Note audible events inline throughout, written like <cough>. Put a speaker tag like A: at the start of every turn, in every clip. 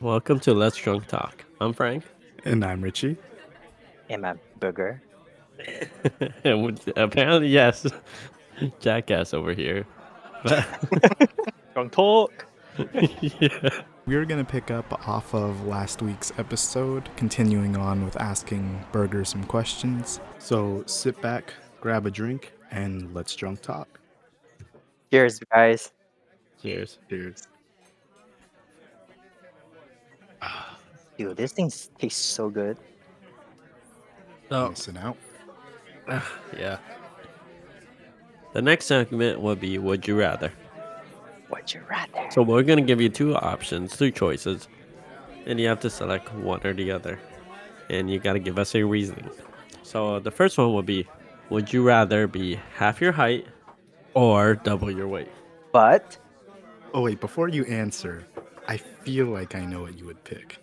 A: Welcome to Let's Drunk Talk. I'm Frank, <laughs>
B: And I'm Richie.
C: Am I booger?
A: and with- apparently, yes, <laughs> jackass over here.
C: Drunk talk.
A: yeah.
B: We're going to pick up off of last week's episode, continuing on with asking Burger some questions. So sit back, grab a drink, and let's drunk talk.
C: Cheers, guys.
A: Cheers.
B: Cheers.
C: Dude, this thing s- tastes so good.
A: So,
B: Missing out.
A: yeah. The next segment would be Would You Rather?
C: Would you rather?
A: So, we're going to give you two options, two choices, and you have to select one or the other. And you got to give us a reasoning. So, the first one would be Would you rather be half your height or double your weight?
C: But
B: Oh, wait, before you answer, I feel like I know what you would pick.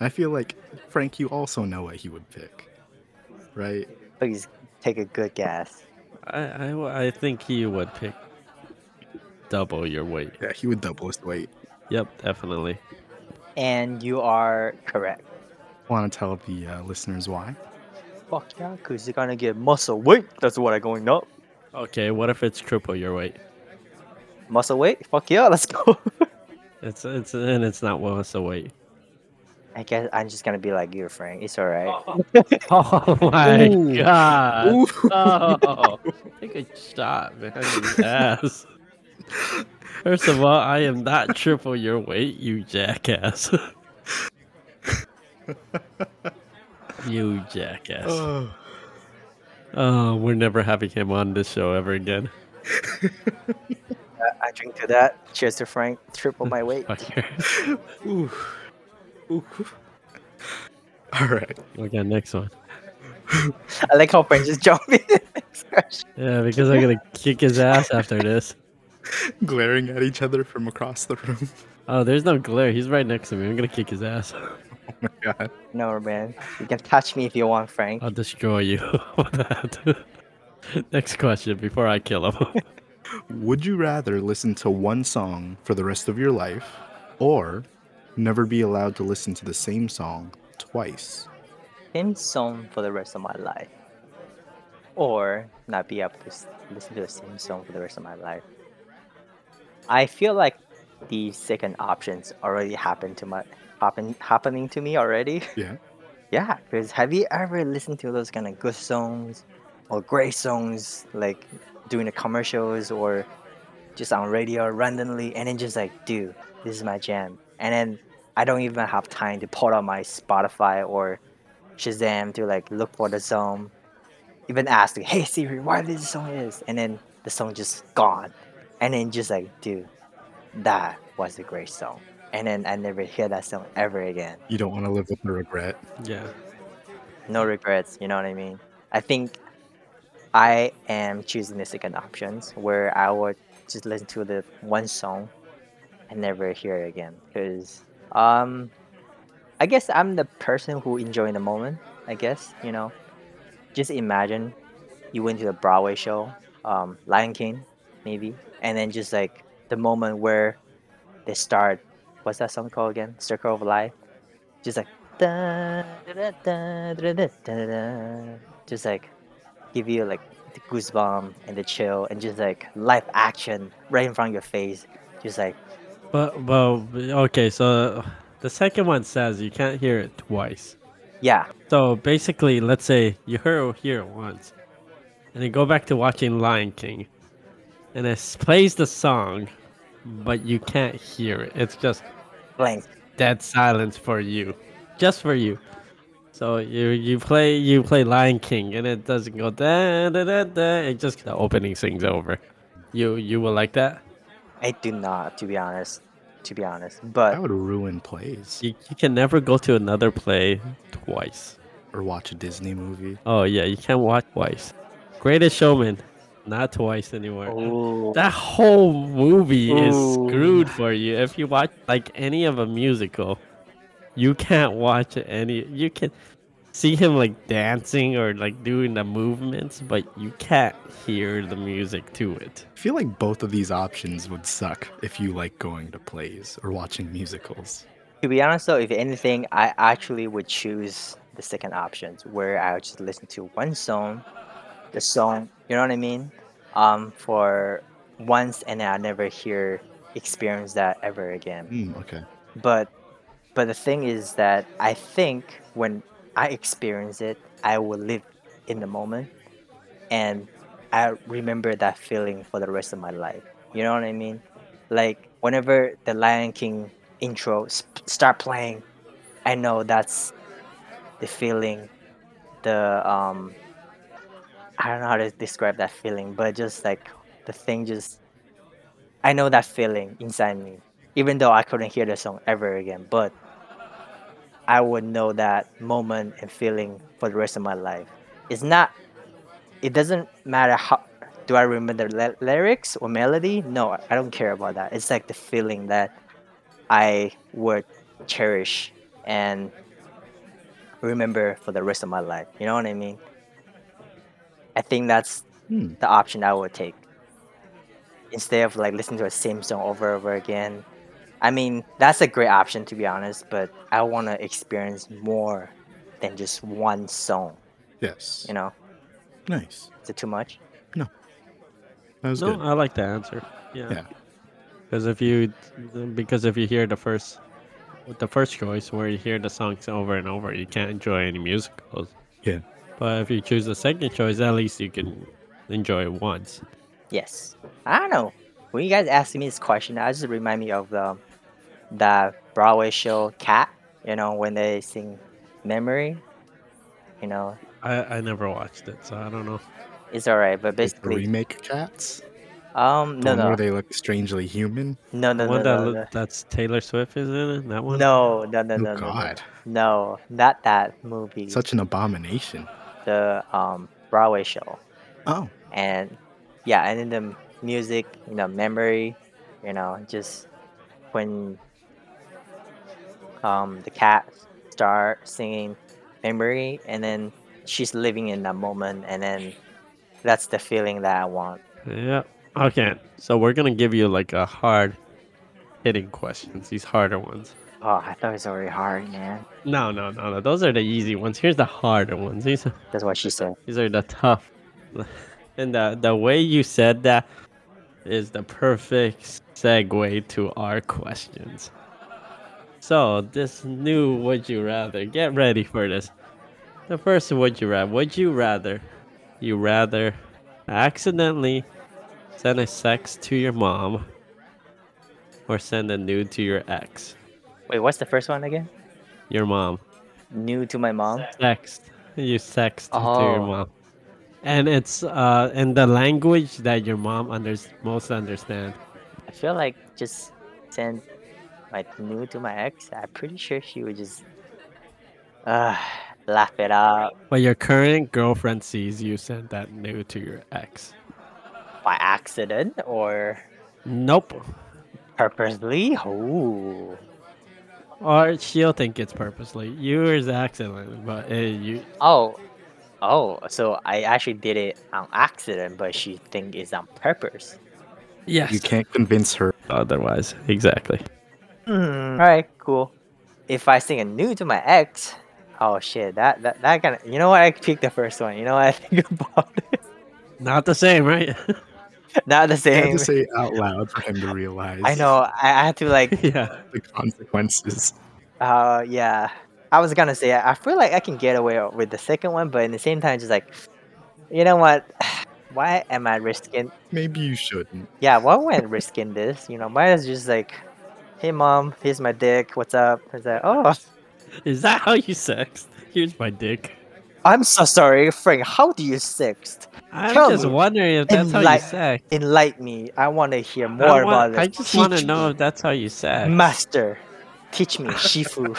B: I feel like, Frank, you also know what he would pick. Right?
C: please take a good guess.
A: I, I, I think he would pick double your weight.
B: Yeah, he would double his weight.
A: Yep, definitely.
C: And you are correct.
B: Want to tell the uh, listeners why?
C: Fuck yeah, cause you're gonna get muscle weight. That's what I'm going up.
A: Okay, what if it's triple your weight?
C: Muscle weight. Fuck yeah, let's go. <laughs>
A: It's it's and it's not worth the weight.
C: I guess I'm just gonna be like you, Frank. It's alright.
A: <laughs>
C: <laughs>
A: Oh my
B: Ooh.
A: god! <laughs>
B: Ooh.
A: Oh, take a shot, man. You <laughs> ass. First of all, I am not triple your weight, you jackass. <laughs> you jackass.
B: Oh,
A: oh, we're never having him on this show ever again.
C: I drink to that. Cheers to Frank. Triple my
A: <laughs>
C: weight.
A: Fucker.
B: ooh, ooh. <laughs> All right.
A: Okay, next one.
C: <laughs> I like how <laughs> Frank just jumped in.
A: Yeah, because I'm gonna kick his ass after this.
B: glaring at each other from across the room.
A: Oh, there's no glare. He's right next to me. I'm gonna kick his ass. <laughs>
B: God.
C: no man, you can touch me if you want, Frank.
A: I'll destroy you <laughs> with that. <laughs> Next question before I kill him. <laughs>
B: <laughs> Would you rather listen to one song for the rest of your life or never be allowed to listen to the same song twice?
C: Same song for the rest of my life, or not be able to s- listen to the same song for the rest of my life. I feel like the second options already happened to my happen happening to me already. <laughs>
B: Yeah.
C: Yeah, because have you ever listened to those kind of good songs or great songs like during the commercials or just on radio randomly and then just like, dude, this is my jam. And then I don't even have time to pull out my Spotify or Shazam to like look for the song. Even ask, like, hey Siri, why this song is? And then the song just gone. And then just like, dude, that was a great song. And then I never hear that song ever again
B: You don't want to live with the regret.
A: yeah.
C: no regrets. You know what I mean? I think I am choosing the second options where I would just listen to the one song and never hear it again. Because um, I guess I'm the person who enjoy the moment. I guess you know. Just imagine you went to the Broadway show, um, Lion King, maybe, and then just like the moment where they start. What's that song called again? Circle of Life. Just like da, da, da, da, da, da, da, da. just like give you like the goosebump and the chill and just like live action right in front of your face just like
A: But well, okay. So the second one says you can't hear it twice.
C: yeah
A: So basically, let's say you hear hear it once, and then go back to watching Lion King, and it s- plays the song, but you can't hear it. It's just
C: blank
A: dead silence for you, just for you. So you you play you play Lion King and it doesn't go da da da da. It just the opening sings over. You you will like that.
C: i do not to be honest to be honest
B: That
C: but
B: would ruin plays.
A: You, you can never go to another play twice.
B: Or watch a Disney movie.
A: Oh yeah, you can't watch twice. Greatest Showman, not twice anymore.
C: Ooh,
A: That whole movie is
C: Ooh.
A: screwed for you. If you watch like any of a musical, you can't watch any. You can see him like dancing or like doing the movements, but you can't hear the music to it.
B: I feel like both of these options would suck if you like going to plays or watching musicals.
C: To be honest, though, if anything, I actually would choose the second option, where I would just listen to one song, the song, you know what I mean, um, for once, and then I never hear experience that ever again
B: Mm, okay.
C: but but the thing is that i think when i experience it i will live in the moment and i remember that feeling for the rest of my life you know what i mean like whenever the lion king intro sp- start playing i know that's the feeling the um i don't know how to describe that feeling but just like the thing just i know that feeling inside me even though I couldn't hear the song ever again, but I would know that moment and feeling for the rest of my life. It's not, it doesn't matter how, do I remember the ly- lyrics or melody? No, I don't care about that. It's like the feeling that I would cherish and remember for the rest of my life. You know what I mean? I think that's
B: Hmm.
C: the option I would take instead of like listening to the same song over and over again. I mean, that's a great option to be honest, but I want to experience more than just one song.
B: Yes.
C: You know,
B: Nice.
C: is it too much?
B: That was
A: No,
C: uh,
B: good.
A: I like the answer. Yeah.
B: Yeah.
A: Because if you because if you hear the first with the first choice where you hear the songs over and over, you can't enjoy any musicals.
B: Yeah.
A: But if you choose the second choice, at least you can enjoy it once.
C: Yes. I don't know. When you guys asked me this question, I just remind me of the the Broadway show Cat. You know, when they sing Memory. You know,
A: I, I never watched it, so I don't know.
C: it's alright, but
B: Like the
C: basically,
B: remake cats.
C: um,
B: The
C: no,
B: one where
C: no,
B: they look strangely human.
C: no,
A: The
C: no, no,
A: one that
C: no,
A: look-
C: no,
A: that's Taylor Swift is in it. That one.
C: no, no, no,
B: Oh
C: no, no, no,
B: God.
C: no, not that movie.
B: Such an abomination.
C: the um Broadway show.
B: Oh.
C: and yeah and then the m- music you know memory you know just when um the cat start singing memory and then she's living in that moment and then that's the feeling that i want
A: Yeah. Okay. So we're gonna give you like a hard hitting questions. These harder ones.
C: oh i thought it was already hard man
A: No, no, no, no. Those are the easy ones. Here's the harder ones. These are,
C: that's what she said
A: these are the tough. <laughs> And the the way you said that is the perfect segue to our questions. So this new would you rather. Get ready for this. The first would you rather. Would you rather? You rather accidentally send a sex to your mom or send a nude to your ex?
C: wait what's the first one again
A: Your mom.
C: new to my mom
A: Text. You text to your
C: Oh.
A: mom. And it's uh in the language that your mom under- most understand.
C: i feel like just send like new to my ex i'm pretty sure she would just uh laugh it up
A: But your current girlfriend sees you send that nude to your ex.
C: by accident or
A: Nope.
C: Purposely? Oh.
A: Or she'll think it's purposely. Yours accidentally, but uh, you
C: Oh. Oh, so I actually did it on accident, but she think it's on purpose.
A: yes.
B: You can't convince her.
A: Otherwise, exactly.
C: Alright, cool. If I sing a new to my ex, oh shit, that that that gonna you know what I picked the first one. You know what <laughs> I think about it?
A: Not the same, right? <laughs>
C: Not the
B: I had
C: same.
B: to say it out loud for him to realize
C: I know, I, I had to like
A: yeah.
B: the consequences.
C: uh yeah. I was gonna say I I feel like I can get away with the second one, but in the same time just like you know what? <sighs> Why am I risking
B: Maybe you shouldn't.
C: yeah, why am I risking this? You know, might as just like, hey mom, here's my dick. What's up? It's like, oh,
A: Is that how you sexed? Here's my dick.
C: I'm so sorry, Frank. How do you sext?
A: I'm
C: Tell
A: just
C: me.
A: wondering if that's how you
C: Enlight-
A: sex.
C: Enlighten me. I want to hear
A: I,
C: more
A: wa-
C: about
A: I
C: this.
A: just want to
C: Teach
A: know
C: me,
A: if that's how you sex.
C: master. Teach me,
A: <laughs>
C: Shifu.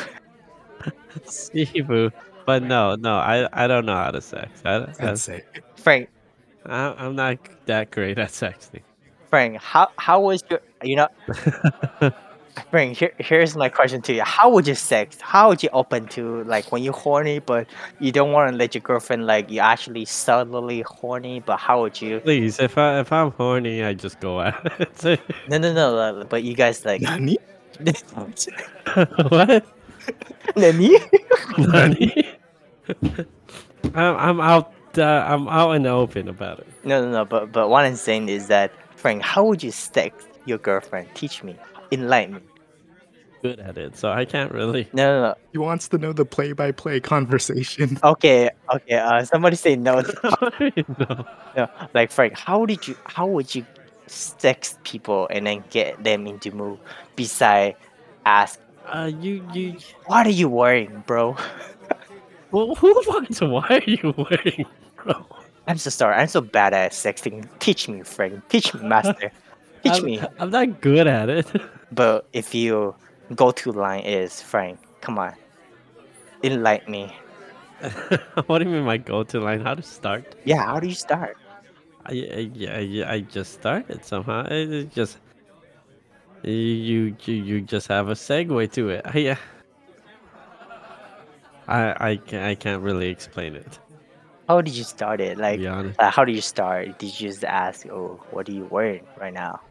A: Sifu. But no, no, I, I don't know how to sex. I, don't-
B: I'd say
C: Frank,
A: I, I'm not that great at sexting.
C: Frank, how how was your you know? Frank, here, here's my question to you. How would you sext? How would you open to like when you're horny, but you don't want to let your girlfriend like you actually subtly horny, but how would you?
A: Please, if I if I'm horny, I just go at it. <laughs>
B: <laughs>
C: No, no, no. uh, But you guys like <laughs>
B: Nani?
A: what?
C: Nani?
A: Nani? <laughs> I'm, I'm out. Uh, I'm out in the open about it.
C: No, no, no. But but what I'm saying is that Frank, how would you stack your girlfriend? Teach me, enlighten me.
A: Good at it, so I can't really. <laughs>
C: No, no,
B: He wants to know the play-by-play
C: <laughs>
B: conversation.
C: no. Okay, okay. Uh, somebody say no.
A: no.
C: no. Like Frank, how did you? How would you sex people and then get them into move? Beside, ask,
A: Uh, you you.
C: what are you wearing, bro? <laughs>
A: Well, who the fuck is? Why are you wearing, <laughs> bro?
C: I'm so sorry. I'm so bad at sexting. Teach me, Frank. Teach me, master. Teach
A: I'm,
C: me.
A: I'm not good at it. <laughs>
C: But if you go-to line is Frank, come on, enlighten me.
A: what do you mean my go-to line? How to start?
C: Yeah, how do you start?
A: I I, I, I- I just started somehow. It, it just you, you you you just have a segue to it. I, I I can't I can't really explain it.
C: How did you start it?
A: To
C: Like,
A: be honest.
C: uh, how did you start? Did you just ask, "Oh, what are you wearing right now,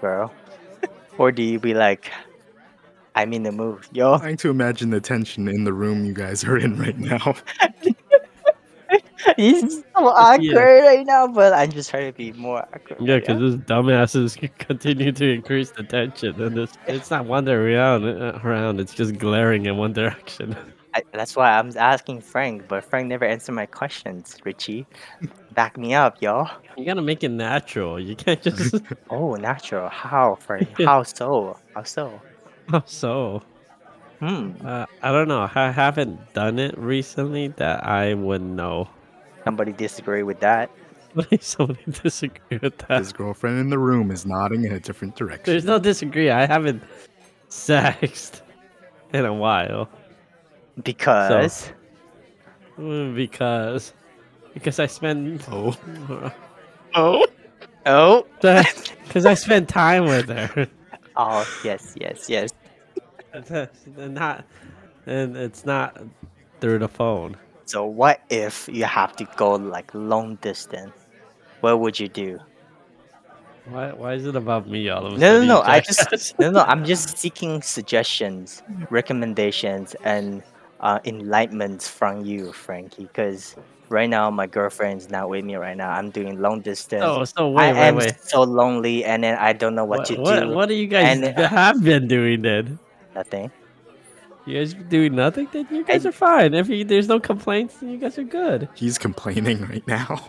C: girl?" <laughs> or do you be like, "I'm in the mood, yo"? <laughs>
B: Trying to imagine the tension in the room you guys are in right now.
A: <laughs>
C: it's so awkward right now, but I'm just trying to be more awkward.
A: Yeah, because those dumbasses <laughs> c- continue to increase the tension, and it's, it's not wandering around. uh, Around, it's just glaring in one direction. <laughs>
C: I, that's why I'm asking Frank, but Frank never answered my questions.
A: <laughs>
C: Richie, back me up, yo.
A: You gotta make it natural. You can't just <laughs>
C: Oh, natural. How, Frank? How so? How so?
A: Oh, so.
C: Hmm.
A: Uh, I don't know. I haven't done it recently that I would know. <laughs>
C: Somebody disagree with that?
A: Somebody disagree with that.
B: His girlfriend in the room is nodding in a different direction.
A: There's no disagree. I haven't sexed in a while
C: Because
A: <laughs> Mm, because because I spend <laughs>
B: Oh,
C: oh oh
A: because I spend time with her. <laughs>
C: oh yes yes yes.
A: That's- and not and it's not through the phone.
C: So what if you have to go like long distance? What would you do?
A: Why why is it about me all of a
C: No, no,
A: sudden?
C: no.
A: you <laughs>
C: I just
A: jackass?
C: no, no. I'm just seeking suggestions, recommendations, and uh, enlightenments from you, Frankie. Because right now my girlfriend's not with me. Right now I'm doing long distance.
A: Oh, so wait,
C: I
A: wait,
C: am
A: wait.
C: so lonely, and then I don't know what, to
A: what,
C: do.
A: what do you guys
C: and- uh,
A: have been doing then?
C: Nothing.
A: You guys doing nothing? Then you guys
C: I-
A: are fine. If you, there's no complaints, then you guys are good. <laughs>
B: he's complaining right now.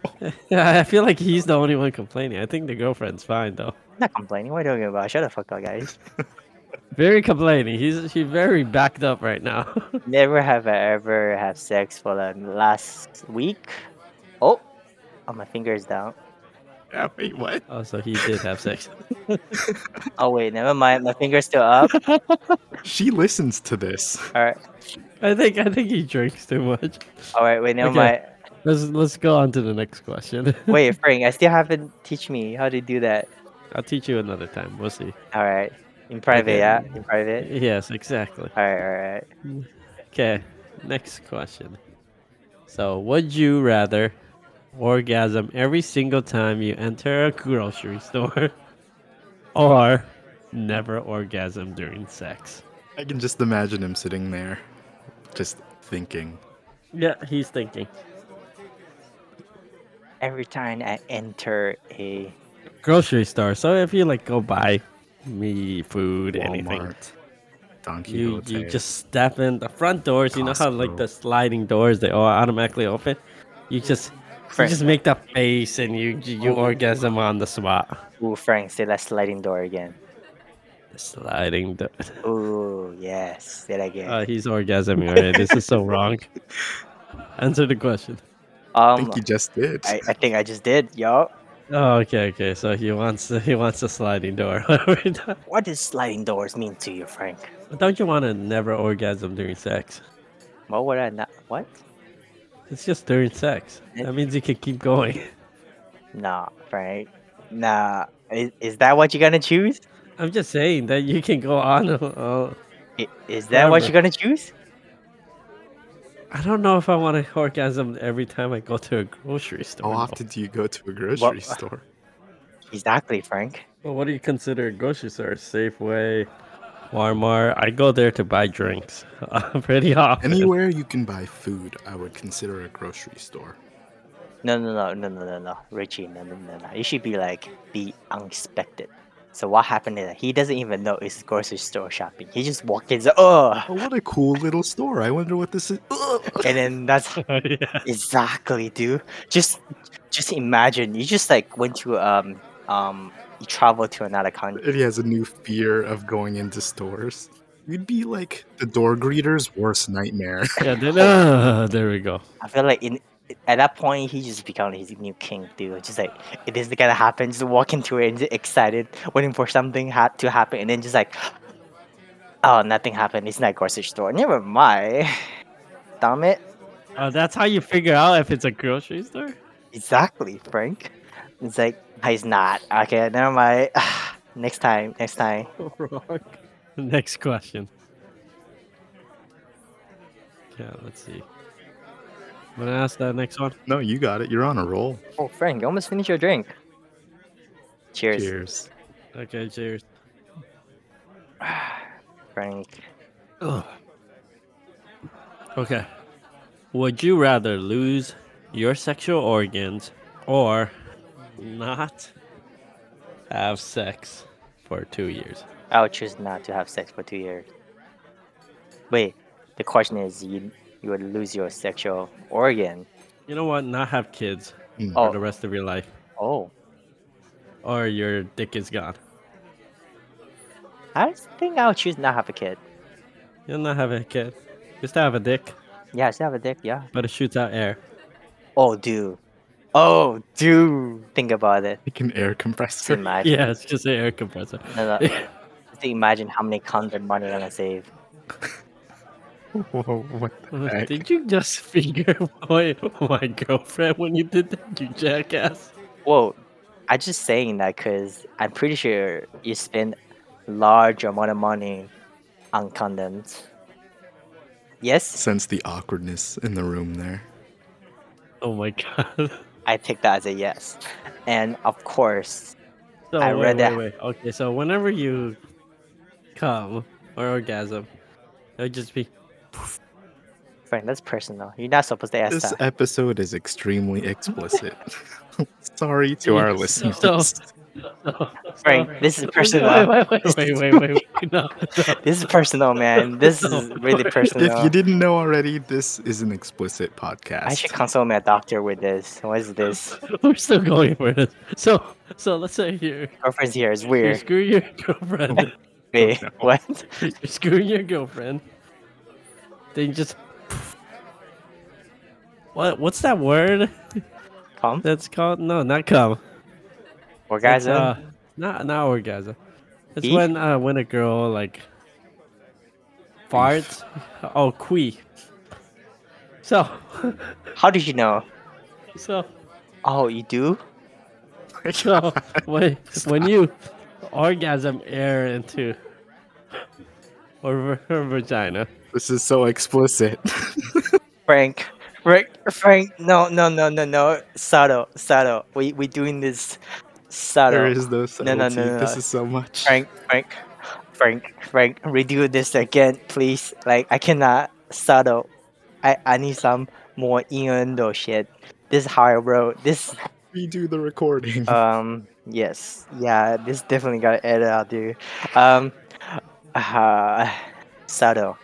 A: Yeah, I feel like he's the only one complaining. I think the girlfriend's fine though.
C: I'm not complaining. What are you talking about? Shut the fuck up, guys.
A: Very complaining. He's he's very backed up right now. <laughs>
C: Never have I ever have sex for the last week. Oh, oh, my finger is down.
B: Yeah, wait, what?
A: oh, so he did have sex.
C: Oh wait, never mind. My finger's
A: <laughs>
C: still up.
B: She listens to this.
C: All right,
A: <laughs> I think I think he drinks too much.
C: all right. Wait, never
A: Okay.
C: mind.
A: Let's let's go on to the next question. <laughs>
C: Wait, Frank, I still haven't teach me how to do that.
A: I'll teach you another time. We'll see.
C: All right, in private,
A: Okay.
C: yeah, in private.
A: <laughs> Yes, exactly.
C: All right, all right.
A: Okay, next question. So, would you rather orgasm every single time you enter a grocery store <laughs> or never orgasm during sex?
B: I can just imagine him sitting there, just thinking.
A: Yeah, he's thinking.
C: Every time I enter a
A: Grocery store. So, if you like go buy me food, anything,
B: Walmart, Don
A: you,
B: Quixote.
A: you just step in the front doors. You know how like
B: Costco.
A: the sliding doors, they all automatically open? You just. You
C: Frank,
A: just make that face and you you, you orgasm on the spot.
C: ooh, Frank, say that sliding door again.
A: Sliding door.
C: Ooh, yes, say that again.
A: Uh, he's orgasming already. this is so wrong. Answer the question.
B: I
C: um,
B: think you just did.
C: I, I think I just did, yo.
A: Oh, okay, okay. So he wants he wants a sliding door. <laughs>
C: What does sliding doors mean to you, Frank?
A: Don't you want to never orgasm during sex?
C: What would I not? What?
A: It's just during sex. That means you can keep going.
C: Nah, Frank. Nah. Is, is that what you're gonna choose?
A: I'm just saying that you can go on. Uh,
C: I- Is that what
A: Forever.
C: you're gonna choose?
A: I don't know if I want to orgasm every time I go to a grocery store.
B: How
A: though.
B: often do you go to a grocery store?
C: Exactly, Frank.
A: Well, what do you consider a grocery store? Safeway, Walmart. I go there to buy drinks <laughs> pretty often.
B: Anywhere you can buy food, I would consider a grocery store.
C: No, no, no, no, no, no, no, Richie, no, no, no, no. It should be like be unexpected. So what happened is that he doesn't even know it's grocery store shopping. He just walked in, oh,
B: Oh, what a cool little store. I wonder what this is. <laughs> Ugh.
C: and then
A: <laughs>
C: that's <laughs>
A: yeah.
C: exactly, dude. Just, just imagine you just like went to um um you traveled to another country.
B: It has a new fear of going into stores. You'd be like the door greeter's worst nightmare. <laughs>
A: Yeah, then, uh, <laughs> there we go.
C: I feel like in at that point he just become his new king, dude. Just like it is gonna happen. Just walk into it and just excited, waiting for something ha- to happen, and then just like, oh, nothing happened. It's not grocery store. Never mind. <laughs> Damn it.
A: Uh, that's how you figure out if it's a grocery store. <laughs>
C: Exactly, Frank. It's like he's not. Okay, never mind. <sighs> next time. Next time.
A: Next question. Yeah, let's see. Want to ask that next one?
B: no, you got it. You're on a roll.
C: Oh, Frank, you almost finished your drink. Cheers,
B: Cheers.
A: Okay, cheers.
C: Frank.
A: Ugh. Okay. Would you rather lose your sexual organs or not have sex for two years?
C: I would choose not to have sex for two years. Wait, the question is you you would lose your sexual organ.
A: You know what? Not have kids
B: Mm.
A: for
C: Oh.
A: the rest of your life,
C: Oh,
A: or your dick is gone.
C: I think I would choose not have a kid.
A: You'll not have a kid. Just have a dick,
C: Yeah, I still have a dick. Yeah.
A: but it shoots out air.
C: Oh, dude. Oh, dude. Think about it.
B: Like an air
C: Just
B: compressor.
C: imagine.
A: Yeah, it's just an air compressor.
C: No, no. Just imagine how many cons and money I'm gonna save.
B: <laughs> Whoa, what the
A: <laughs>
B: heck?
A: Did you just finger my, my girlfriend when you did that, you jackass?
C: Well, i just saying that because I'm pretty sure you spend large amount of money on condoms. Yes,
B: Sense the awkwardness in the room there.
A: Oh my god. <laughs>
C: I take that as a yes. And of course,
A: So
C: I
A: wait,
C: read
A: wait,
C: that.
A: wait. Okay, so whenever you come or orgasm, it'll just be
C: Frank, that's personal. You're not supposed to ask
B: This
C: that.
B: episode is extremely explicit. <laughs> Sorry to our
A: Yes,
B: listeners.
A: so-
C: <laughs> Frank, this is
A: Wait,
C: personal.
A: wait, wait, wait, wait, wait, wait. <laughs> No, no.
C: This is personal,
B: <laughs>
C: man. This is
A: No,
C: really
B: if you
C: personal.
B: didn't know already, this is an explicit podcast.
C: I should consult my doctor with this. What is
B: <laughs>
C: this?
A: We're still going for this. So, so let's say you're,
C: Girlfriend's here is
A: you're
C: weird.
A: screwing your girlfriend. <laughs>
C: Wait, <laughs> what?
A: you're screwing your girlfriend. Then you just what? What's that word
C: Come?
A: that's called? No, not come. It's,
C: Orgasm?
A: uh, not not orgasm. It's
C: Eef?
A: when uh, when a girl like farts. Oh, quee. So,
C: How did you know?
A: so,
C: Oh, you do?
A: so when when you orgasm air into or her vagina.
B: This is so
C: <laughs>
B: explicit. <laughs>
C: Frank, Frank, Frank, no, no, no, no, no, subtle, subtle. We we doing this
B: there
C: subtle.
B: is no
C: No,
B: subtlety.
C: no, no, no,
B: This
C: no.
B: is so much.
C: Frank, Frank, Frank, Frank, redo this again, please. Like I cannot subtle. I I need some more innuendo shit. This is how I wrote. This
B: We do the recording.
C: um yes yeah this definitely got edit out dude. Um, uh, subtle.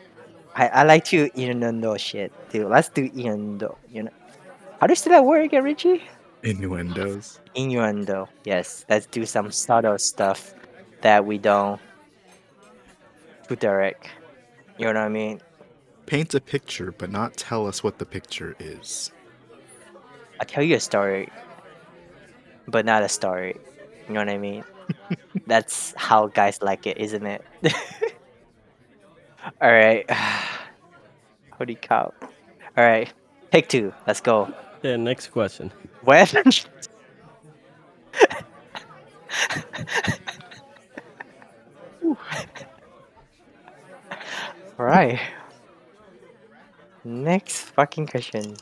C: I I like to innuendo shit dude. Let's do innuendo. You know. How do you say that word again, Richie?
B: <laughs> Innuendos.
C: innuendo. Yes, let's do some subtle stuff that we don't do direct. You know what I mean?
B: Paint a picture, but not tell us what the picture is.
C: I'll tell you a story, but not a story. You know what I mean? That's how guys like it, isn't it? <laughs> All right. <sighs> Holy cow. All right. Take two. Let's go.
A: Okay, next question.
C: When? right. Next fucking question.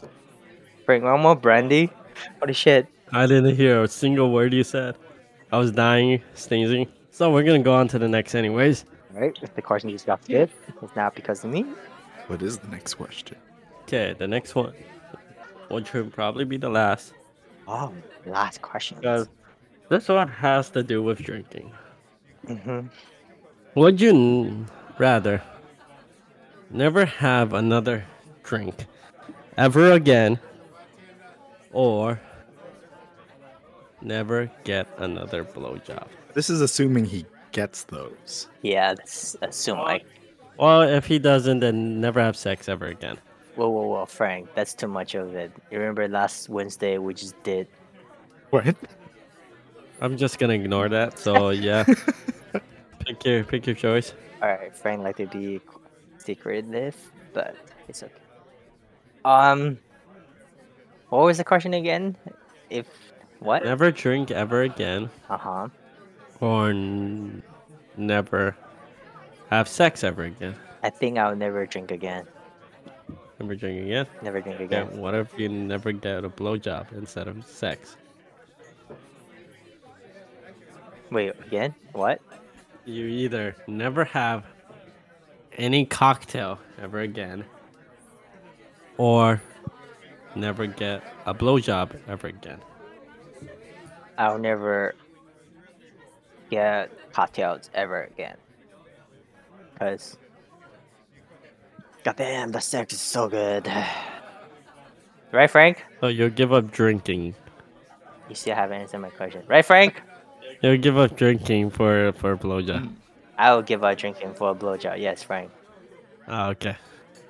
C: Bring one more brandy. Holy shit.
A: I didn't hear a single word you said. I was dying, sneezing. So we're gonna go on to the next, anyways.
C: right? If the question just got skipped, it's not because of me.
B: What is the next question?
A: Okay, the next one, which will probably be the last,
C: Oh, last question.
A: because this one has to do with drinking.
C: hmm
A: Would you n- rather never have another drink ever again or never get another blowjob?
B: This is assuming he gets those.
C: Yeah, that's assume like
A: Well, if he doesn't, then never have sex ever again.
C: whoa, whoa, whoa, Frank, that's too much of it. You remember last Wednesday we just did
B: What?
A: I'm just gonna ignore that. So yeah, pick your pick your choice.
C: All right, Frank like to be qu- secretive, but it's okay. Um, what was the question again? If what?
A: Never drink ever again,
C: Uh huh.
A: or n- never have sex ever again.
C: I think I'll never drink again.
A: Never drink again.
C: Never drink
A: Yeah,
C: again.
A: what if you never get a blowjob instead of sex?
C: Wait, again? What?
A: You either never have any cocktail ever again, or never get a blowjob ever again.
C: I'll never get cocktails ever again. Cause, goddamn, the sex is so good. <sighs> right, Frank?
A: So you'll give up drinking.
C: You still haven't answered my question. Right, Frank?
A: You'll give up drinking for for a blowjob.
C: I will give up drinking for a blowjob. Yes, Frank.
A: Ah, okay.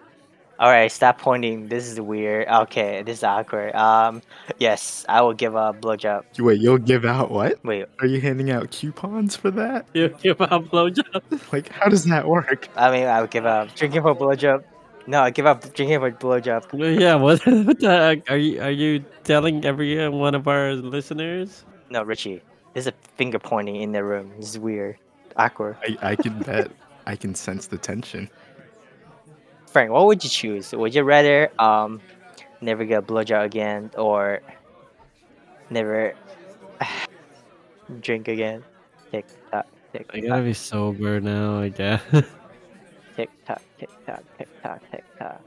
A: <laughs>
C: All right, stop pointing. This is weird. Okay, this is awkward. Um, yes, I will give a blowjob.
B: You- Wait, you'll give out what?
C: Wait,
B: Are you handing out coupons for that?
A: You give up blowjob.
B: Like, how does that work?
C: I mean, I will give up drinking for blowjob. No, I give up drinking for blowjob.
A: No, yeah. What, <laughs> what the heck? Are you are you telling every uh, one of our listeners?
C: No, Richie, there's a finger pointing in the room. This is weird, awkward.
B: I, I can
C: <laughs>
B: bet. I can sense the tension.
C: Frank, what would you choose? Would you rather um, never get a blowjob again or never <sighs> drink again? Tick tock, tick
A: I
C: tock.
A: gotta be sober now. I guess. <laughs>
C: Tick tock, tick tock, tick tock, tick tock.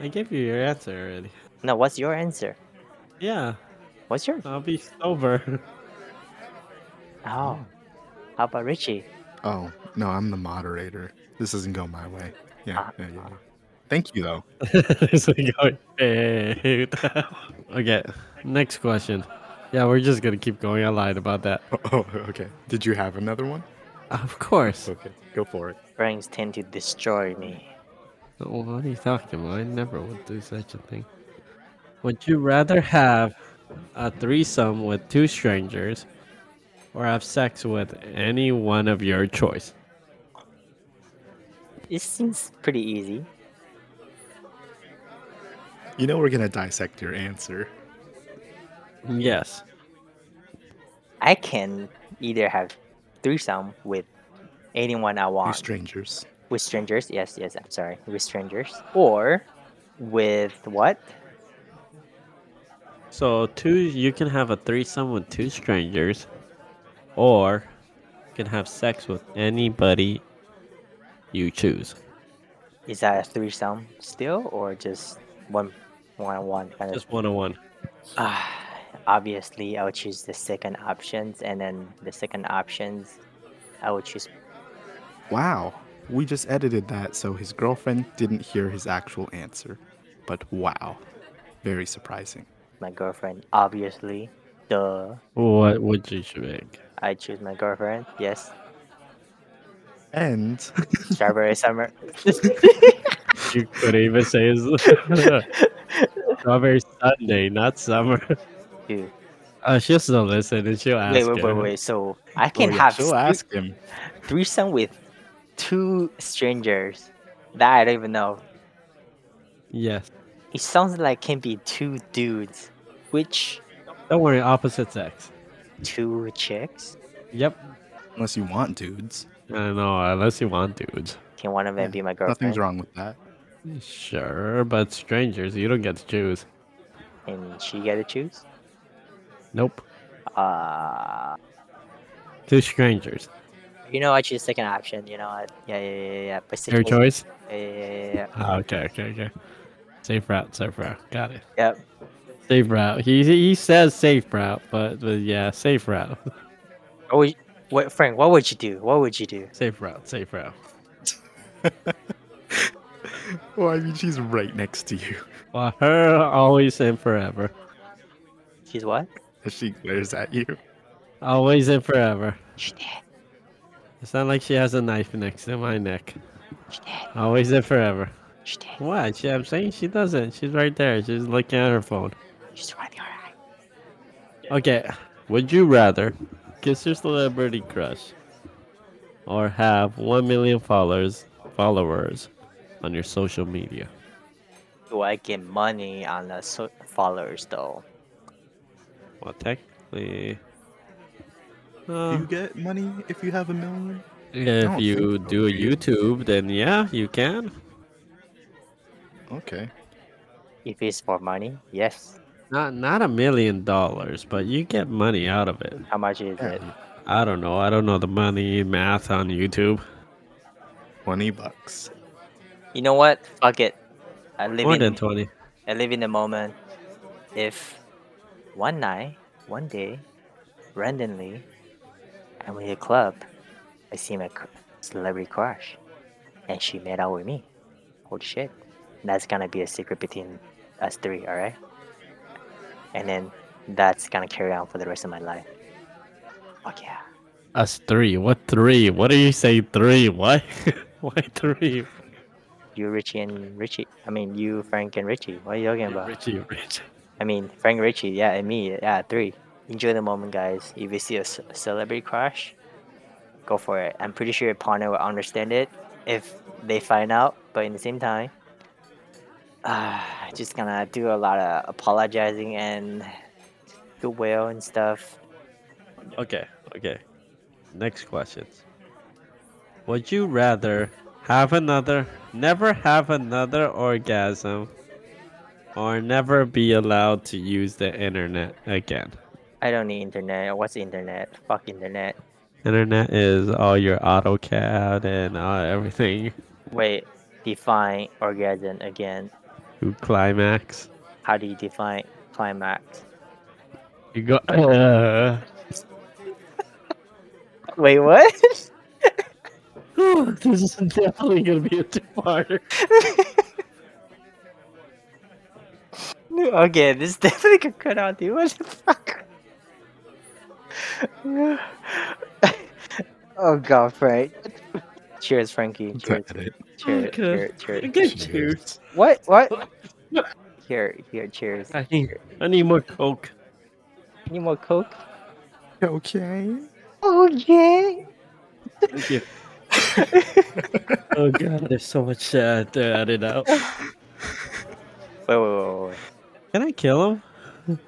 A: I gave you your answer already.
C: No, what's your answer?
A: Yeah,
C: What's yours?
A: I'll be sober. <laughs>
C: Oh, how about Richie?
B: Oh, no, I'm the moderator. This doesn't go my way. Yeah,
C: Ah.
B: yeah, yeah. yeah. Thank you, though. <laughs>
A: It's like, oh, hey, hey, hey, what the hell? okay, next question. Yeah, we're just gonna keep going. I lied about that.
B: Oh, okay. Did you have another one?
A: Of course.
B: Okay, go for it.
C: Brains tend to destroy me.
A: Well, What are you talking about? I never would do such a thing. Would you rather have a threesome with two strangers or have sex with any one of your choice?
C: This seems pretty easy.
B: You know we're gonna dissect your answer.
A: Yes.
C: I can either have threesome with anyone I
B: Two
C: want.
B: strangers.
C: with strangers, yes, yes, I'm sorry. With strangers. Or with what?
A: So two, you can have a threesome with two strangers, or you can have sex with anybody you choose.
C: Is that a threesome still or just one one on one kind of
A: Just one on one.
C: Ah, obviously I would choose the second options and then the second options I would choose
B: Wow. We just edited that so his girlfriend didn't hear his actual answer. But wow. Very surprising.
C: my girlfriend, obviously. Duh.
A: What would you pick?
C: I choose my girlfriend, yes.
B: And oh, <laughs>
C: Strawberry summer. <laughs>
A: You couldn't even say it's <laughs> strawberry Sunday, not summer.
C: Dude,
A: Uh, she'll still listen and she'll ask.
C: wait, wait, wait,
A: you.
C: wait. So I can
B: Oh, yeah,
C: have
B: she'll
C: thre-
B: ask him.
C: threesome with two strangers that I don't even know.
A: Yes.
C: It sounds like can be two dudes, which
A: Don't worry, opposite sex.
C: two chicks.
A: Yep.
B: Unless you want dudes.
A: I
C: Uh,
A: know, unless you want dudes.
C: Can one of them
B: Yeah,
C: be my girlfriend?
B: Nothing's wrong with that.
A: Sure, but strangers, you don't get to choose.
C: And she get to choose.
A: Nope.
C: Uh,
A: Two strangers.
C: You know, I choose second option. You know, I, yeah, yeah, yeah, yeah, yeah. But
A: Your
C: second,
A: choice.
C: yeah, yeah, yeah, yeah, yeah.
A: Ah, okay, okay, okay. Safe route, safe route. Got it.
C: Yep.
A: Safe route. He he says safe route, but, but yeah, safe route, <laughs>
C: What, would you, what, Frank? What would you do? What would you do?
A: safe route, safe route.
B: Well, I mean, she's right next to you <laughs>
A: Well, her always and forever,
C: She's what?
B: as she glares at you.
A: always and forever.
C: She did.
A: It's not like she has a knife next to my neck.
C: She did.
A: Always and forever.
C: She did.
A: What? She, I'm saying she doesn't. She's right there. She's looking at her phone.
C: She's running her eye.
A: Okay. Would you rather kiss your celebrity crush or have 1 million followers followers on your social media?
C: Do I get money on the so- followers though?
A: Well, technically.
B: Do
A: Uh,
B: you get money if you have a million?
A: if
B: don't
A: you
B: think so,
A: do a
B: dude.
A: YouTube, then yeah, you can.
B: Okay.
C: If it's for money, yes.
A: Not not a million dollars, but you get money out of it.
C: How much is
B: Yeah.
C: it?
A: I don't know. I don't know the money math on YouTube.
B: 20 bucks.
C: You know what? Fuck it. I live
A: More
C: in
A: than 20.
C: I live in the moment. If one night, one day, randomly, I'm in a club, I see my cr- celebrity crush, and she made out with me. Holy shit! And that's gonna be a secret between us three, all right? And then that's gonna carry on for the rest of my life. Fuck yeah!
A: Us three. What three? What do you say three? Why? <laughs> Why three?
C: You, Richie, and Richie. I mean, you, Frank, and Richie. What are you talking about?
A: Richie, Richie.
C: I mean, Frank Richie, yeah, and me, yeah, three. Enjoy the moment, guys. If you see a ce- celebrity crush, go for it. I'm pretty sure your partner will understand it if they find out, but in the same time, <sighs> uh, just gonna do a lot of apologizing and goodwill and stuff.
A: Okay, okay. Next question. Would you rather have another, never have another orgasm, or never be allowed to use the internet again?
C: I don't need internet. What's internet? Fuck internet.
A: Internet is all your AutoCAD and uh, everything.
C: Wait, define orgasm again.
A: You climax.
C: How do you define climax?
A: You <laughs> go. Uh.
C: Wait, what? <laughs>
A: this is definitely gonna be a <laughs> two-parter.
C: <laughs> Okay, this definitely could cut out, dude. What the fuck? <laughs> oh god, Frank. Cheers, Frankie. Cheers. <laughs>
B: Edit.
C: Cheers.
A: Okay.
C: Cheers. Cheers.
A: Okay, cheers.
C: What? What? Here, here, cheers.
A: I need, I need more coke.
C: Any more Coke?
B: Okay.
C: Okay.
A: Thank you. <laughs> oh god, there's so much uh, to edit out.
C: Wait, wait, wait, wait, wait.
A: Can I kill him?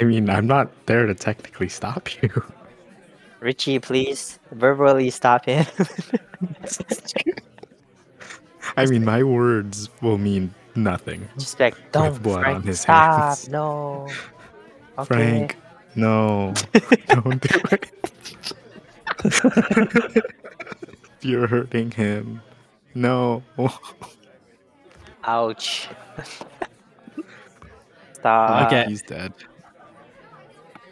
B: I mean, I'm not there to technically stop <laughs> you.
C: Richie, please verbally stop him. <laughs>
B: I mean, my words will mean nothing.
C: Just like, don't.
B: blood
C: Frank,
B: on his
C: stop.
B: hands.
C: No. Okay.
B: Frank, no. Don't do it. You're hurting him. No.
C: <laughs>
B: <laughs>
C: Uh, Ouch. <laughs> stop.
A: Okay.
B: He's dead.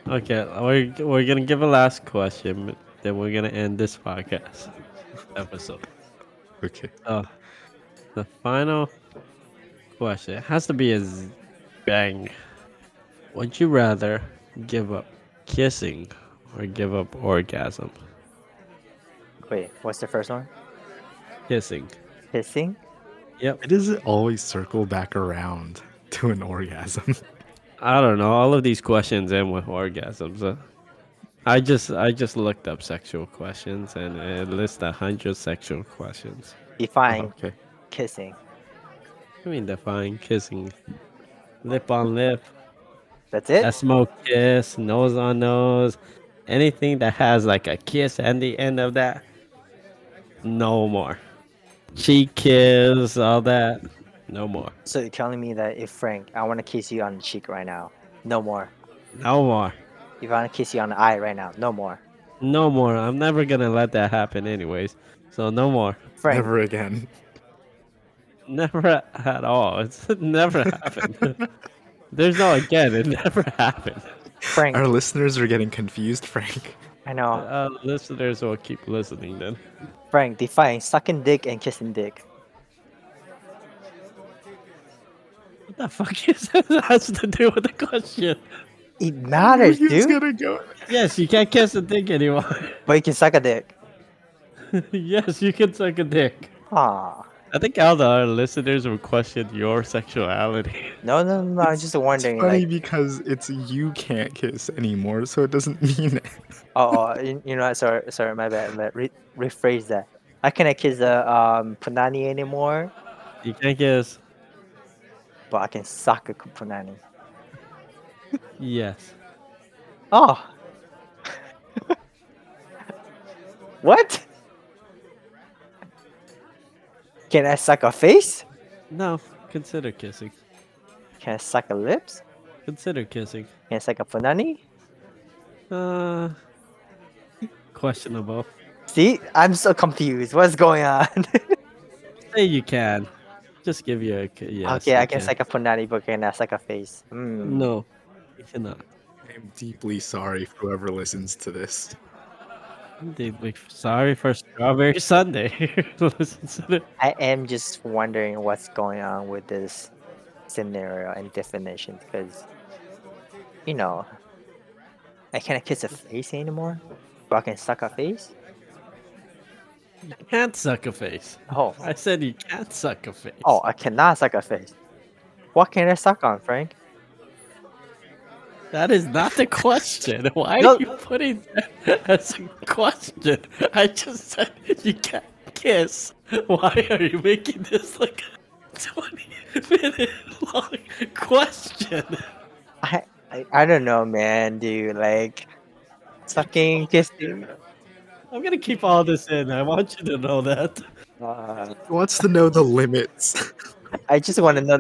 A: Okay, we're we're gonna give a last question, then we're gonna end this podcast episode.
B: Okay.
A: Oh, the final question it has to be a z- bang. Would you rather give up kissing or give up orgasm?
C: Wait, what's the first one?
A: Kissing.
C: Hissing?
A: Yep.
B: Why does it always circle back around to an orgasm?
A: I don't know. All of these questions end with orgasms. huh? I just I just looked up sexual questions and it lists a hundred sexual questions.
C: Define
B: Okay.
C: kissing.
A: I mean, define kissing, lip on lip,
C: That's it?
A: a smoke kiss, nose on nose, anything that has like a kiss at the end of that. No more. Cheek kiss, all that. No more.
C: so you're telling me that if Frank, I want to kiss you on the cheek right now, no more.
A: No more.
C: If I want to kiss you on the eye right now, no more.
A: No more. I'm never gonna let that happen, anyways. So no more. <laughs>
C: Frank,
B: Never again.
A: Never at all. It's <laughs> never happened. <laughs> There's no again. It <laughs> never happened.
C: Frank,
B: Our listeners are getting confused, Frank.
C: I know.
A: Uh, listeners will keep listening then.
C: Frank, define sucking dick and kissing dick.
A: What the fuck is <laughs> that has to do with the question?
C: It matters,
B: He's
C: dude.
B: gonna go.
A: Yes, you can't kiss a dick anymore. <laughs>
C: But you can suck a dick.
A: yes, you can suck a dick.
C: Ah,
A: I think all the other listeners will question your sexuality.
C: no, no, no. I'm
B: It's
C: just wondering.
B: funny
C: Like,
B: because it's you can't kiss anymore, so it doesn't <laughs> mean it.
C: oh, oh, you, you know, what, sorry, sorry, my bad. But re- rephrase that. I cannot kiss the um punani anymore,
A: You can't kiss.
C: but I can suck a cu- punani.
A: Yes.
C: Oh. <laughs> what? Can I suck a face?
A: No. Consider kissing.
C: Can I suck a lips?
A: Consider kissing.
C: Can I suck a punani?
A: Uh, questionable.
C: See, I'm so confused. What's going on? <laughs>
A: Say you can. Just give you a ki- yes.
C: okay,
A: you
C: I can suck a punani, but can I suck a face? Mm.
A: No, you cannot.
B: I'm deeply sorry for whoever listens to this.
A: They like sorry for strawberry <laughs> Sunday. Listen to the-
C: I am just wondering what's going on with this scenario and definition because, you know, I can't kiss a face anymore, but I can suck a face?
A: You can't suck a face.
C: Oh,
A: I said you can't suck a face.
C: Oh, I cannot suck a face. What can I suck on, Frank?
A: that is not the <laughs> question. Why
C: No.
A: are you putting that as a question? I just said you can't kiss. Why are you making this like a 20 minute long question?
C: I, I I don't know, man. Dude, like sucking, kissing.
A: I'm gonna keep all this in. I want you to know that.
C: Uh,
B: He wants to know the limits. <laughs>
C: I just want to know.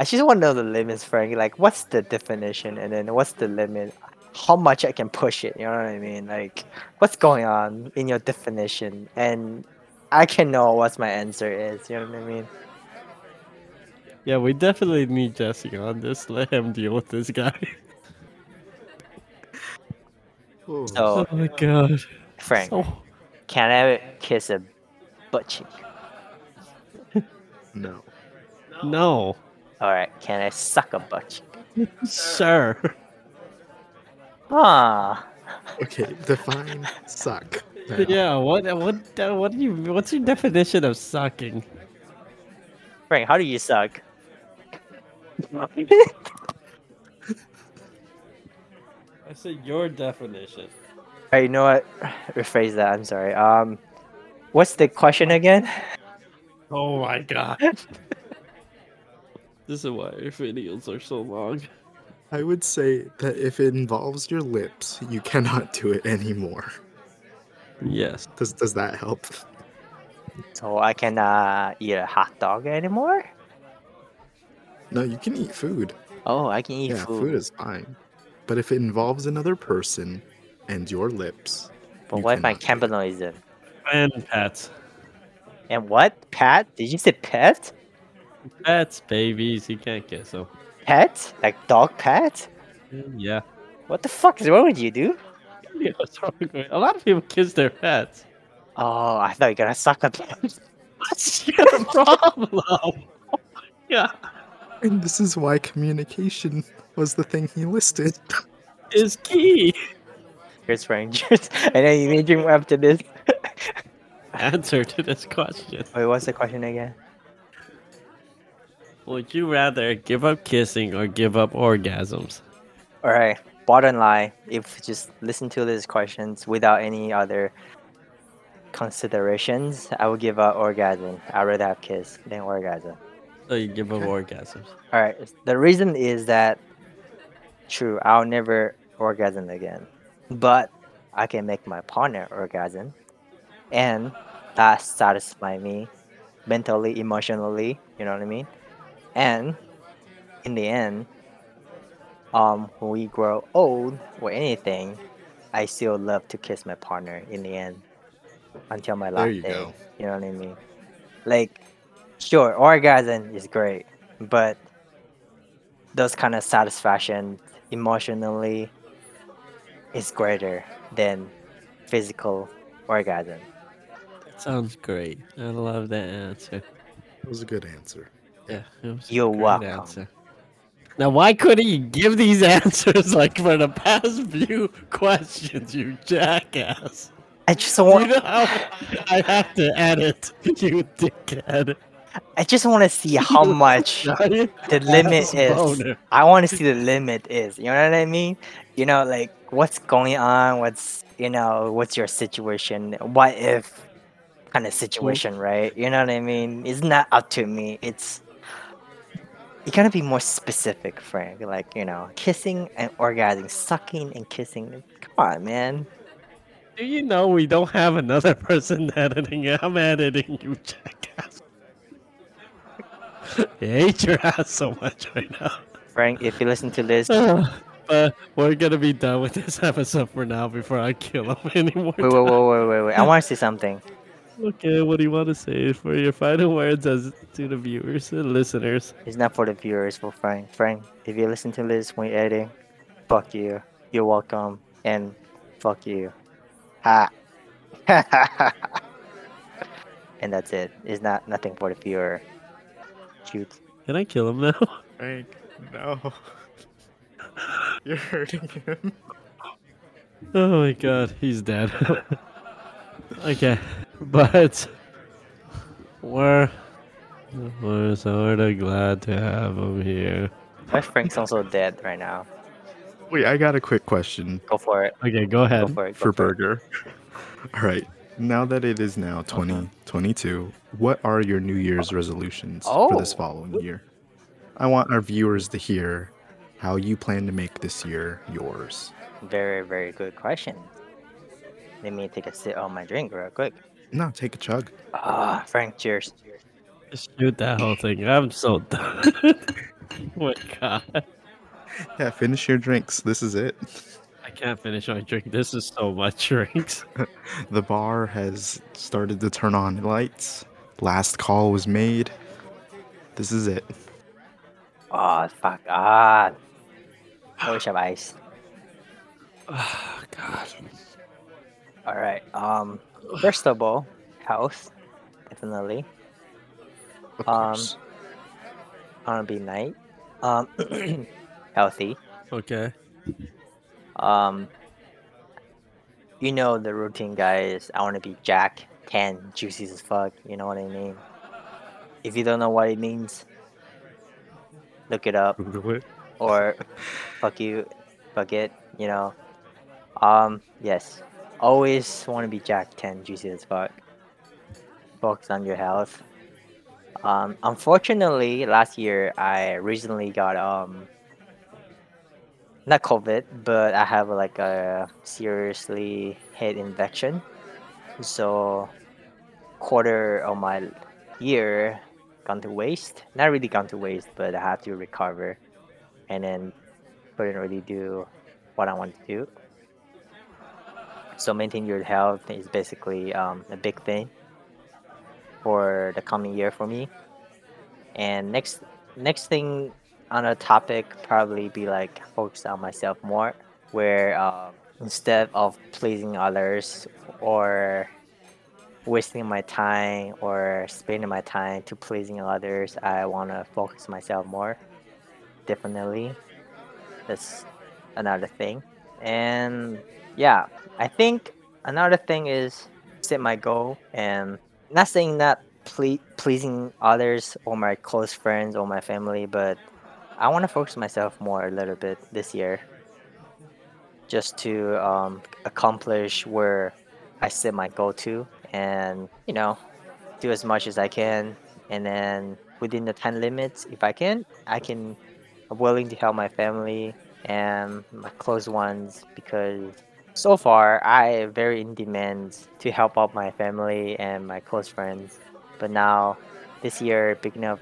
C: I just want to know the limits, Frank. Like, what's the definition, and then what's the limit? How much I can push it? You know what I mean? Like, what's going on in your definition? And I can know what my answer is. You know what I mean?
A: Yeah, we definitely need Jesse on this. Let him deal with this guy.
B: Oh,
C: So,
A: my god.
C: Frank,
A: So-
C: can I kiss a butt cheek?
B: no.
A: no.
C: All right, can I suck a butt cheek?
A: Sir.
C: Ah,
B: Okay, define suck. now.
C: <laughs>
A: Yeah, what what uh, what do you what's your definition of sucking?
C: Frank, how do you <laughs> suck?
A: I said your definition.
C: Alright, you know what? Rephrase that. I'm sorry. Um, what's the question again?
A: Oh my god. this is why your videos are so long.
B: I would say that if it involves your lips, you cannot do it anymore.
A: Yes.
B: Does does that help?
C: So I can uh, eat a hot dog anymore?
B: No, you can eat food.
C: Oh, I can eat
B: yeah,
C: food.
B: food. is fine. But if it involves another person and your lips,
C: but
B: you
C: what if my
B: cannot do
C: campano is in?
A: And pets.
C: And what? Pet? Did you say pet?
A: Pets, babies, you can't kiss them.
C: Pet? Like dog pet?
A: Yeah.
C: What the fuck is wrong with you, dude?
A: What's wrong with me? A lot of people kiss their pets.
C: Oh, I thought you were gonna suck <laughs> a pet.
A: What's your <laughs> problem? Oh my god.
B: it. And this is why communication was the thing he listed.
A: Is key.
C: Here's Rangers. <laughs> and then you need drink after this. <laughs>
A: Answer to this question.
C: Wait, what's the question again?
A: Would you rather give up kissing or give up orgasms?
C: All right. Bottom line, if just listen to these questions without any other considerations, I would give up orgasm. I'd rather have kiss than orgasm.
A: So Oh, you give up
B: Okay.
A: orgasms.
C: All right. The reason is that, true, I'll never orgasm again, but I can make my partner orgasm, and that satisfies me mentally, emotionally. You know what I mean? And in the end, um, when we grow old or anything, I still love to kiss my partner in the end until my last
B: There you
C: day.
B: go.
C: You know what I mean? Like, sure, orgasm is great, but those kind of satisfaction emotionally is greater than physical orgasm.
A: That sounds great. I love that answer.
B: That was a good answer.
A: Yeah, it was a
C: You're
A: great
C: welcome.
A: Now, why couldn't you give these <laughs> answers like for the past few questions, you jackass?
C: I just
A: You
C: want,
A: know how I have to edit, you dickhead.
C: I just want to
A: <laughs>
C: see how much
A: Giant
C: the
A: ass
C: limit is.
A: boner.
C: I want to see the limit is. You know what I mean? You know, like what's going on? What's you know? What's your situation? What if?
A: Mm.
C: Kind of situation, right? You know what I mean? It's not up to me. It's you gotta be more specific, Frank. Like you know, kissing and orgasming, sucking and kissing. Come on, man.
A: Do you know we don't have another person editing? I'm editing, you jackass. <laughs> I hate your ass so much right now.
C: Frank, if you listen
A: <laughs>
C: to this, wait,
A: but we're gonna be done with this episode for now before I kill him <laughs> anymore.
C: wait, wait, wait, wait, wait. I want to say something.
A: Okay, what do you want to say for your final words as to the viewers and listeners?
C: It's not for the viewers, for Frank. Frank, if you listen to this when you're editing, fuck you. You're welcome, and fuck you. Ha. <laughs> and that's it. It's not nothing for the viewer. Shoot.
A: Can I kill him now? <laughs>
B: Frank, no. <laughs> You're hurting him.
A: Oh my god, he's dead. <laughs> okay, but we're we're sort of glad to have him here.
C: My Frank's also dead right now.
B: Wait, I got a quick question
C: Go for it.
A: Okay, go
C: Go
A: ahead.
C: for it. Go
B: for
C: for it.
B: Burger. All right. Now that it is now 2022, what are your New Year's resolutions for this
C: Oh.
B: following year? I want our viewers to hear how you plan to make this year yours.
C: Very, very good question. Let me take a sip on my drink real quick.
B: No, take a chug.
C: Ah, Frank, cheers.
A: Just shoot that whole thing. I'm so <laughs> done. oh my god,
B: Yeah, finish your drinks. This is it.
A: I can't finish my drink. This is so much drinks.
B: The bar has started to turn on lights. Last call was made. This is it.
C: Oh, fuck. Ah. I wish I have ice.
A: Oh god.
C: All right. Um, first of all, health, definitely.
B: Of
C: Um,
B: course.
C: I wanna be night. Um, <clears throat> healthy.
A: Okay.
C: Um, you know the routine, guys. I wanna be Jack Ten, juicy as fuck. You know what I mean? If you don't know what it means, look it up
B: Google it.
C: or fuck you, fuck it. You know. Um, yes. Always wanna be Jack Ten, juicy as fuck. Focus on your health. Um, unfortunately, last year I recently got um not COVID, but I have like a seriously head infection. So quarter of my year gone to waste. Not really gone to waste, but I have to recover, and then couldn't really do what I wanted to do. So maintain your health is basically um, a big thing for the coming year for me. And next next thing on a topic probably be like focus on myself more, where um, instead of pleasing others or wasting my time or spending my time to pleasing others, I want to focus myself more. Definitely, that's another thing. And yeah, I think another thing is set my goal and not saying that ple- pleasing others or my close friends or my family, but I want to focus myself more a little bit this year, just to um, accomplish where I set my goal to, and you know, do as much as I can, and then within the time limits, if I can, I can. I'm willing to help my family and my close ones because so far I very in demand to help out my family and my close friends. But now, this year, picking up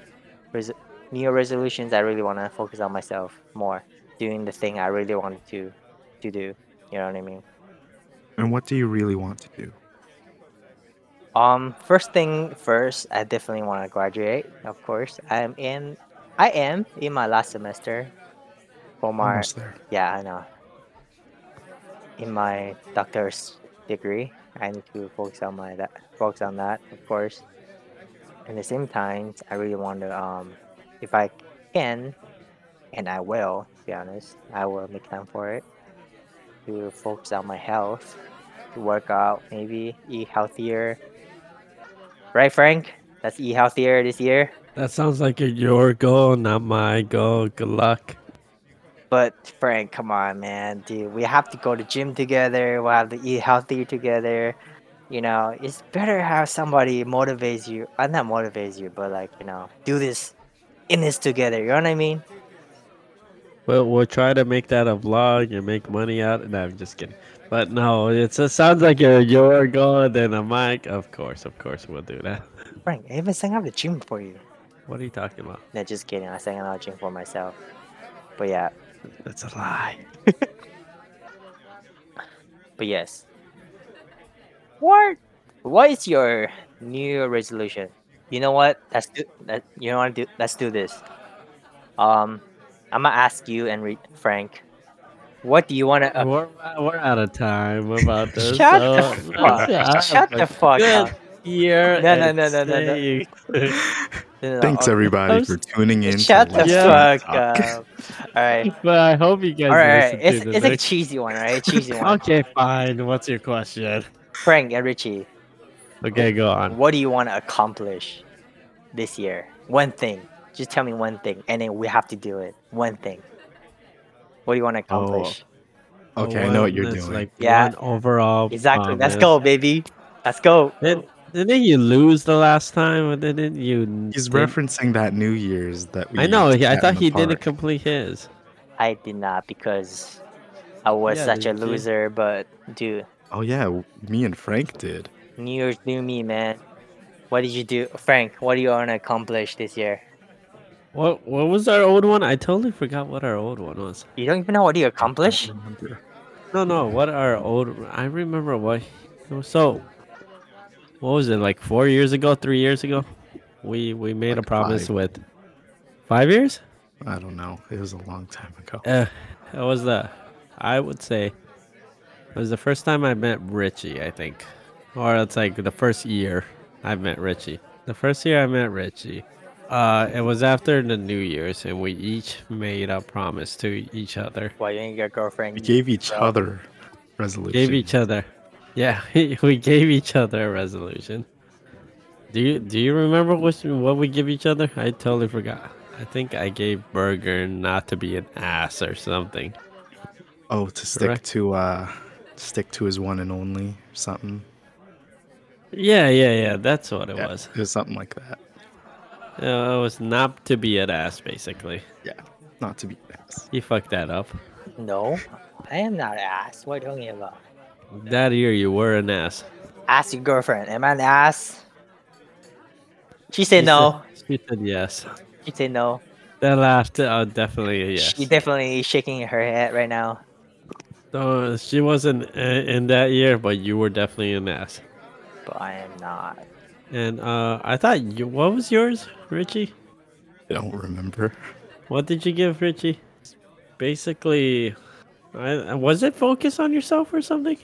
C: res- New Year resolutions, I really want to focus on myself more, doing the thing I really wanted to to do. You know what I mean?
B: And what do you really want to do?
C: Um, first thing first, I definitely want to graduate. Of course, I'm in. I am in my last semester for my
B: Almost there.
C: yeah, I know. In my doctor's degree, I need to focus on my that focus on that, of course. At the same time, I really want to um, if I can, and I will. To be honest, I will make time for it. To focus on my health, to work out, maybe eat healthier. Right, Frank? Let's eat healthier this year.
A: That sounds like a your goal, not my goal. Good luck.
C: But Frank, come on, man, dude. We have to go to gym together. We have to eat healthy together. You know, it's better have somebody motivates you. Uh, not motivates you, but like you know, do this in this together. You know what I mean?
A: Well, we'll try to make that a vlog and make money out. No, I'm just kidding. But no, it's, it sounds like a your goal than a mic. Of course, of course, we'll do that.
C: Frank, I even sang out the gym for you.
A: What are you talking about?
C: No, just kidding. I sang out the gym for myself. But yeah,
A: That's a lie.
C: but yes. What? What is your New Year resolution? You know what? Let's do. Let, you know what? I Do let's do this. Um, I'm gonna ask you and re- Frank. What do you uh, want to?
A: Uh, we're, we're out of time about this.
C: Shut the
A: <laughs> so let's
C: fuck up.
A: have
C: Shut
A: a
C: the fuck
A: good
C: up.
A: Year
C: No, no,
A: and
C: no, no, no, no.
A: stay-
B: Thanks everybody
A: I'm
B: for tuning in. to
C: Shut the
B: Let's
A: Yeah.
B: Drunk
C: fuck
B: Talk.
C: up. All right.
A: <laughs> But I hope <laughs> you guys
C: All right, all
A: listen
C: right.
A: to
C: It's,
A: the
C: it's a
A: next-
C: cheesy one, right?
A: <laughs>
C: A cheesy one.
A: Okay, fine. What's your question?
C: Frank and Richie,
A: Okay, go on.
C: what do you want to accomplish this year? One thing. Just tell me one thing, and then we have to do it. One thing. What do you want to
A: Oh,
C: accomplish?
B: <laughs> Okay, I know what you're
A: uh, One is,
B: doing.
A: Like
C: Yeah.
A: one overall.
C: exactly.
A: promise.
C: Let's go, baby. Let's go.
A: Did, didn't you lose the last time? Or didn't you?
B: He's
A: didn't-
B: referencing that New Year's that we.
A: I know.
B: used
A: he- I
B: at
A: thought
B: the
A: he didn't
B: park.
A: complete his.
C: I did not because I was
A: Yeah,
C: such a
A: dude, you-
C: loser. But dude,
B: Oh yeah, w- me and Frank did.
C: New Year's new me, man. What did you do, Frank? What do you want to accomplish this year?
A: What What was our old one? I totally forgot what our old one was.
C: You don't even know what
A: <laughs>
C: you accomplish?
A: No, no. What our old? I remember what. he- So, what was it like? Four years ago? Three years ago? We we made a
B: Like
A: promise
B: five.
A: with. Five years?
B: I don't know. It was a long time ago.
A: Uh, it was the, I would say, it was the first time I met Richie, I think. Or it's like the first year I met Richie. The first year I met Richie, uh, it was after the New Year's, and we each made a promise to each other.
C: Why you and your girlfriend?
B: We gave each
C: Well,
B: other resolution.
A: Gave each other. Yeah, <laughs> we gave each other a resolution. Do you do you remember what what we give each other? I totally forgot. I think I gave Burger not to be an ass or something.
B: Oh, to stick
A: Correct.
B: to uh, stick to his one and only, or something.
A: Yeah, yeah, yeah. That's what it
B: Yeah,
A: was.
B: It was something like that.
A: Uh, it was not to be an ass, basically.
B: Yeah, not to be an ass.
A: You fucked that up.
C: No, I am not an ass. What are you talking about?
A: That year you were an ass.
C: Ask your girlfriend. Am I an ass? She said
A: She
C: no.
A: said- She said yes.
C: She said no.
A: That laughed. Uh, definitely a yes.
C: She definitely is shaking her head right now.
A: So, she wasn't in, in that year, but you were definitely an ass.
C: But I am not.
A: And uh, I thought, you, what was yours, Richie?
B: I don't remember. <laughs>
A: What did you give Richie? Basically, I was it focus on yourself or something?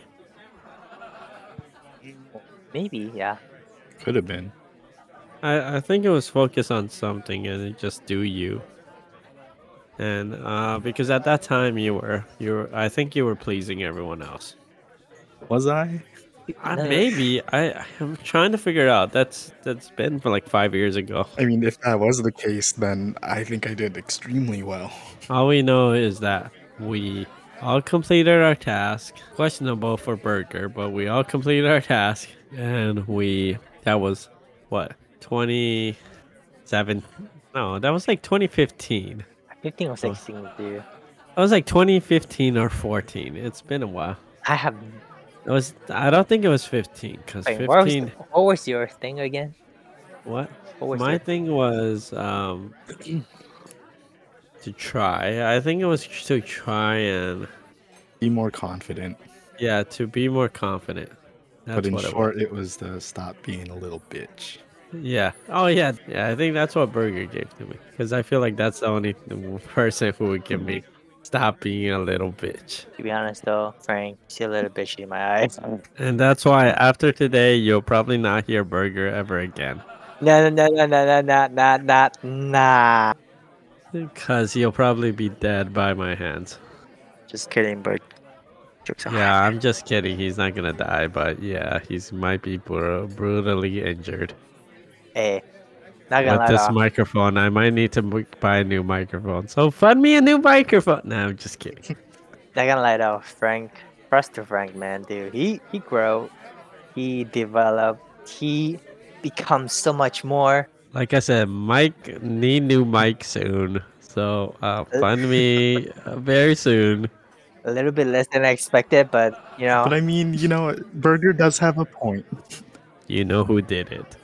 C: Maybe, yeah.
B: Could have been.
A: I, I think it was focused on something and it just do you. And uh, because at that time you were you were I think you were pleasing everyone else.
B: Was I?
A: I,
C: No.
A: maybe I I'm trying to figure it out. That's that's been for like five years ago.
B: I mean, if that was the case, then I think I did extremely well.
A: All we know is that we all completed our task. Questionable for Burger, but we all completed our task and we that was what 27 no that was like 2015
C: 15 or
A: Oh.
C: 16, dude.
A: It was like 2015 or 14. It's been a while.
C: I have.
A: It was. I don't think it was 15 because
C: Wait, what, was,
A: 15.
C: what was your thing again?
A: What?
C: What was
A: My
C: your-
A: thing was um to try. I think it was to try and
B: Be more confident.
A: Yeah, to be more confident. That's
B: but in
A: what it was.
B: short, it was the stop being a little bitch.
A: Yeah. Oh yeah. Yeah. I think that's what Burger gave to me because I feel like that's the only <laughs> person who would give me stop being a little bitch.
C: To be honest, though, Frank, you see a little bitchy in my eyes. <laughs> No,
A: And that's why after today, you'll probably not hear Burger ever again
C: no, no, no, no, no, no, no, no, nah.
A: because he'll probably be dead by my hands.
C: Just kidding, but jokes are
A: Yeah, I'm just kidding. He's not gonna die, but yeah, he's might be bru- brutally injured.
C: Hey, not gonna
A: With
C: lie.
A: this
C: though,
A: microphone, I might need to bu- buy a new microphone. So fund me a new microphone. No, I'm just kidding.
C: not gonna lie though, Frank. Props to Frank, man, dude. He he grow, he develop, he becomes so much more.
A: Like I said, Mike need new mic soon. So uh, fund me uh, very soon.
C: A little bit less than I expected, but you
A: Uh,
C: know,
B: But I mean, you know, Burger does have a point.
A: You know who did it.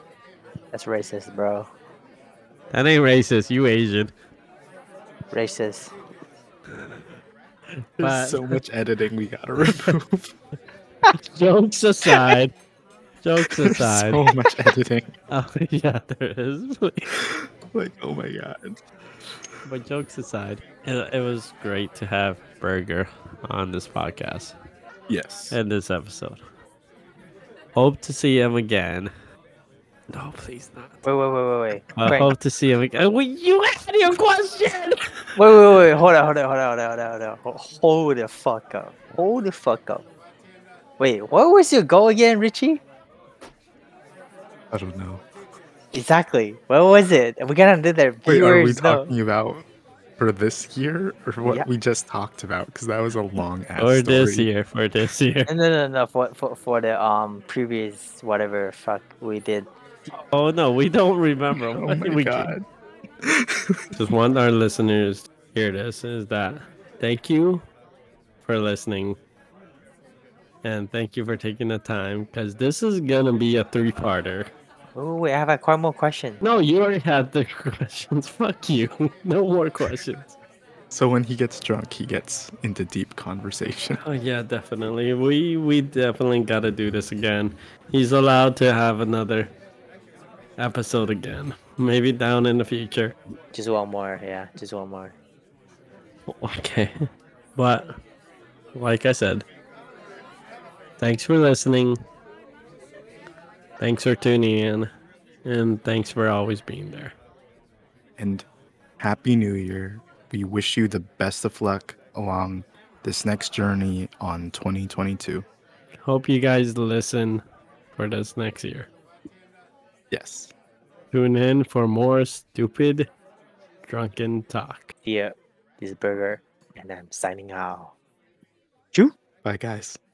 C: that's racist, bro.
A: That ain't racist. You Asian.
C: Racist.
B: There's
A: But-
B: so much editing we gotta <laughs> remove.
A: Jokes aside. <laughs> jokes
B: There's
A: aside. <laughs>
B: so much editing. <laughs>
A: Oh, <laughs> yeah, there is. <laughs>
B: Like, oh my god.
A: but jokes aside, it, it was great to have Burger on this podcast
B: Yes.
A: and this episode. Hope to see him again. No, please not.
C: Wait, wait, wait, wait, wait.
B: Uh,
A: I
C: Frank,
A: hope to see him again. Well, you asked me a
B: <laughs>
A: question.
C: Wait, wait, wait, hold on, hold on, hold on, hold on, hold on. Ho- Hold the fuck up. Hold the fuck up. Wait, what was your goal again, Richie?
B: I don't know.
C: Exactly. What was it? We're gonna do that.
B: Wait, are we
C: viewers know.
B: talking about for this year or what
C: Yeah.
B: we just talked about? Because that was a long ass
A: For
B: story.
A: this year, for this year.
C: No, no, no, no. For, for for the um previous whatever fuck we did.
A: Oh no, we don't remember.
B: Oh
A: What did
B: my
A: we
B: god.
A: Just want our listeners to hear this is that thank you for listening. And thank you for taking the time because this is going to be a three parter.
C: Oh, wait, I have a quite more question.
A: No, you already had the <laughs> questions. Fuck you. No more questions.
B: So when he gets drunk, he gets into deep conversation. <laughs>
A: Oh, yeah, definitely. We, we definitely got to do this again. He's allowed to have another episode again. Maybe down in the future.
C: Just one more. Yeah, just one more.
A: <laughs> Okay. But like I said, thanks for listening. Thanks for tuning in. And thanks for always being there.
B: And happy new year. We wish you the best of luck along this next journey on 2022.
A: Hope you guys listen for this next year.
B: Yes.
A: Tune in for more stupid, drunken talk.
C: Yeah, this burger, and I'm signing out.
B: Bye guys.